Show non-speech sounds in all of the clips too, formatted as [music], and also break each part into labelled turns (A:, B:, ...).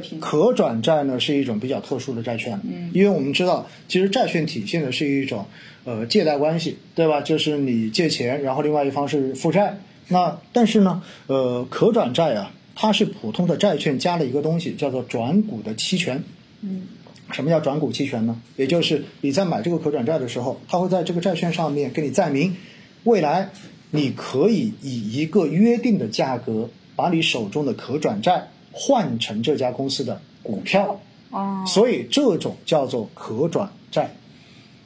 A: 品种。
B: 可转债呢是一种比较特殊的债券，嗯，因为我们知道，其实债券体现的是一种呃借贷关系，对吧？就是你借钱，然后另外一方是负债。那但是呢，呃，可转债啊，它是普通的债券加了一个东西，叫做转股的期权。
A: 嗯，
B: 什么叫转股期权呢？也就是你在买这个可转债的时候，它会在这个债券上面给你载明，未来你可以以一个约定的价格把你手中的可转债换成这家公司的股票，
A: 哦，
B: 所以这种叫做可转债。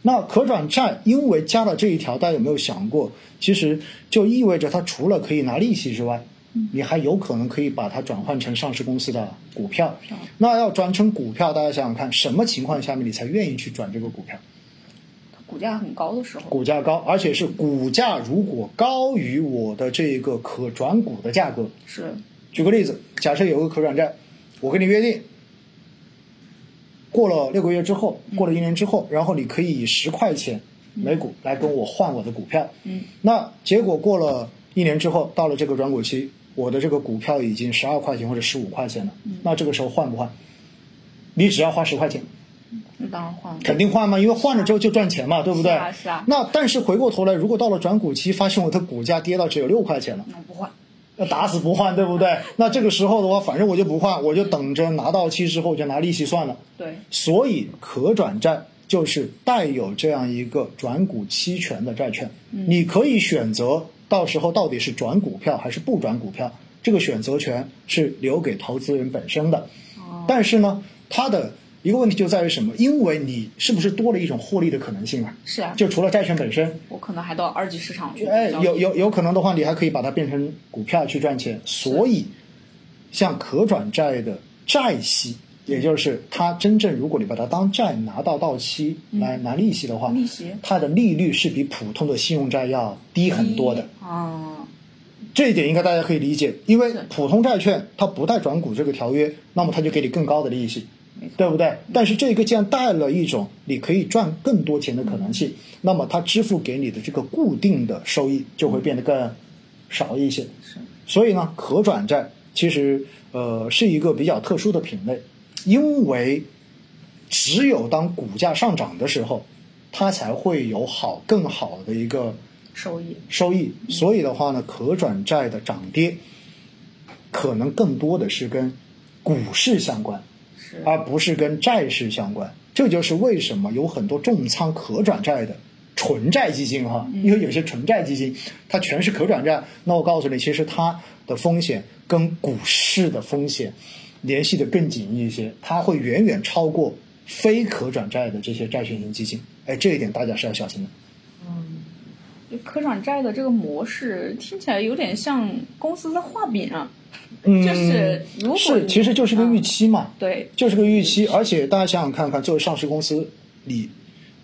B: 那可转债因为加了这一条，大家有没有想过，其实就意味着它除了可以拿利息之外，你还有可能可以把它转换成上市公司的股票。那要转成股票，大家想想看，什么情况下面你才愿意去转这个股票？
A: 股价很高的时候，
B: 股价高，而且是股价如果高于我的这个可转股的价格。
A: 是
B: 举个例子，假设有个可转债，我跟你约定，过了六个月之后，过了一年之后，然后你可以以十块钱每股来跟我换我的股票。
A: 嗯，
B: 那结果过了一年之后，到了这个转股期，我的这个股票已经十二块钱或者十五块钱了。
A: 嗯
B: 那这个时候换不换？你只要花十块钱，
A: 那当然换了。
B: 肯定换嘛，因为换了之后就赚钱嘛，对不对？
A: 是啊是啊
B: 那但是回过头来，如果到了转股期，发现我的股价跌到只有六块钱了。
A: 那我不换。
B: 那打死不换，对不对？那这个时候的话，反正我就不换，我就等着拿到期之后就拿利息算了。
A: 对，
B: 所以可转债就是带有这样一个转股期权的债券，你可以选择到时候到底是转股票还是不转股票，这个选择权是留给投资人本身的。但是呢，它的一个问题就在于什么？因为你是不是多了一种获利的可能性啊？
A: 是啊，
B: 就除了债券本身，
A: 我可能还到二级市场去。
B: 哎，有，有有可能的话，你还可以把它变成股票去赚钱。所以，像可转债的债息，
A: 嗯
B: 也就是它真正如果你把它当债拿到到期来拿利息的话，
A: 嗯利息
B: 它的利率是比普通的信用债要低很多的。
A: 啊，
B: 这一点应该大家可以理解，因为
A: 是
B: 普通债券它不带转股这个条约，那么它就给你更高的利息
A: 没错，
B: 对不对？但是这个既然带了一种你可以赚更多钱的可能性，那么它支付给你的这个固定的收益就会变得更少一些。
A: 是
B: 所以呢，可转债其实呃是一个比较特殊的品类，因为只有当股价上涨的时候，它才会有好更好的一个
A: 收益。
B: 收益。所以的话呢，可转债的涨跌可能更多的是跟股市相关，
A: 是
B: 而不是跟债市相关。这就是为什么有很多重仓可转债的纯债基金哈，
A: 嗯
B: 因为有些纯债基金它全是可转债，那我告诉你，其实它的风险跟股市的风险联系的更紧一些，它会远远超过非可转债的这些债券型基金。哎，这一点大家是要小心的。
A: 就可转债的这个模式听起来有点像公司在画饼啊，
B: 嗯，
A: 就是如果
B: 是
A: 你啊
B: 其实就是个预期嘛。
A: 对，
B: 就是个预期，而且大家想想看看，作为上市公司，你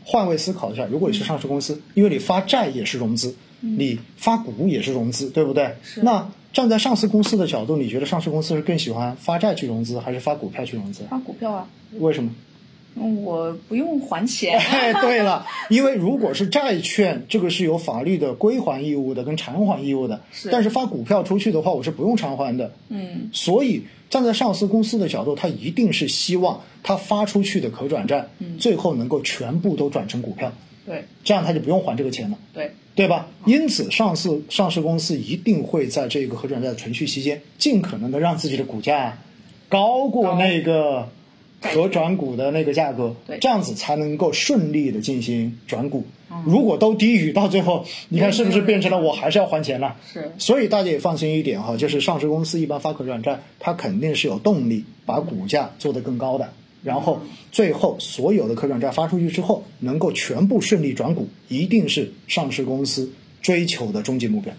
B: 换位思考一下，如果你是上市公司，因为你发债也是融资，你发股也是融资，对不对？
A: 嗯是
B: 那站在上市公司的角度，你觉得上市公司是更喜欢发债去融资，还是发股票去融资？
A: 发股票啊，
B: 为什么？ [laughs]
A: 嗯我不用还钱。
B: 哎，对了，因为如果是债券，这个是有法律的归还义务的跟偿还义务的，
A: 是
B: 但是发股票出去的话，我是不用偿还的。
A: 嗯，
B: 所以站在上市公司的角度，他一定是希望他发出去的可转债，最后能够全部都转成股票，
A: 对
B: 这样他就不用还这个钱了，
A: 对，
B: 对吧？因此，上市上市公司一定会在这个可转债存续期间，尽可能的让自己的股价高过那个可转股的那个价格
A: 对，
B: 这样子才能够顺利的进行转股。如果都低于，到最后你看是不是变成了我还是要还钱了？
A: 是
B: 所以大家也放心一点哈，就是上市公司一般发可转债，它肯定是有动力把股价做得更高的，然后最后所有的可转债发出去之后，能够全部顺利转股，一定是上市公司追求的终极目标。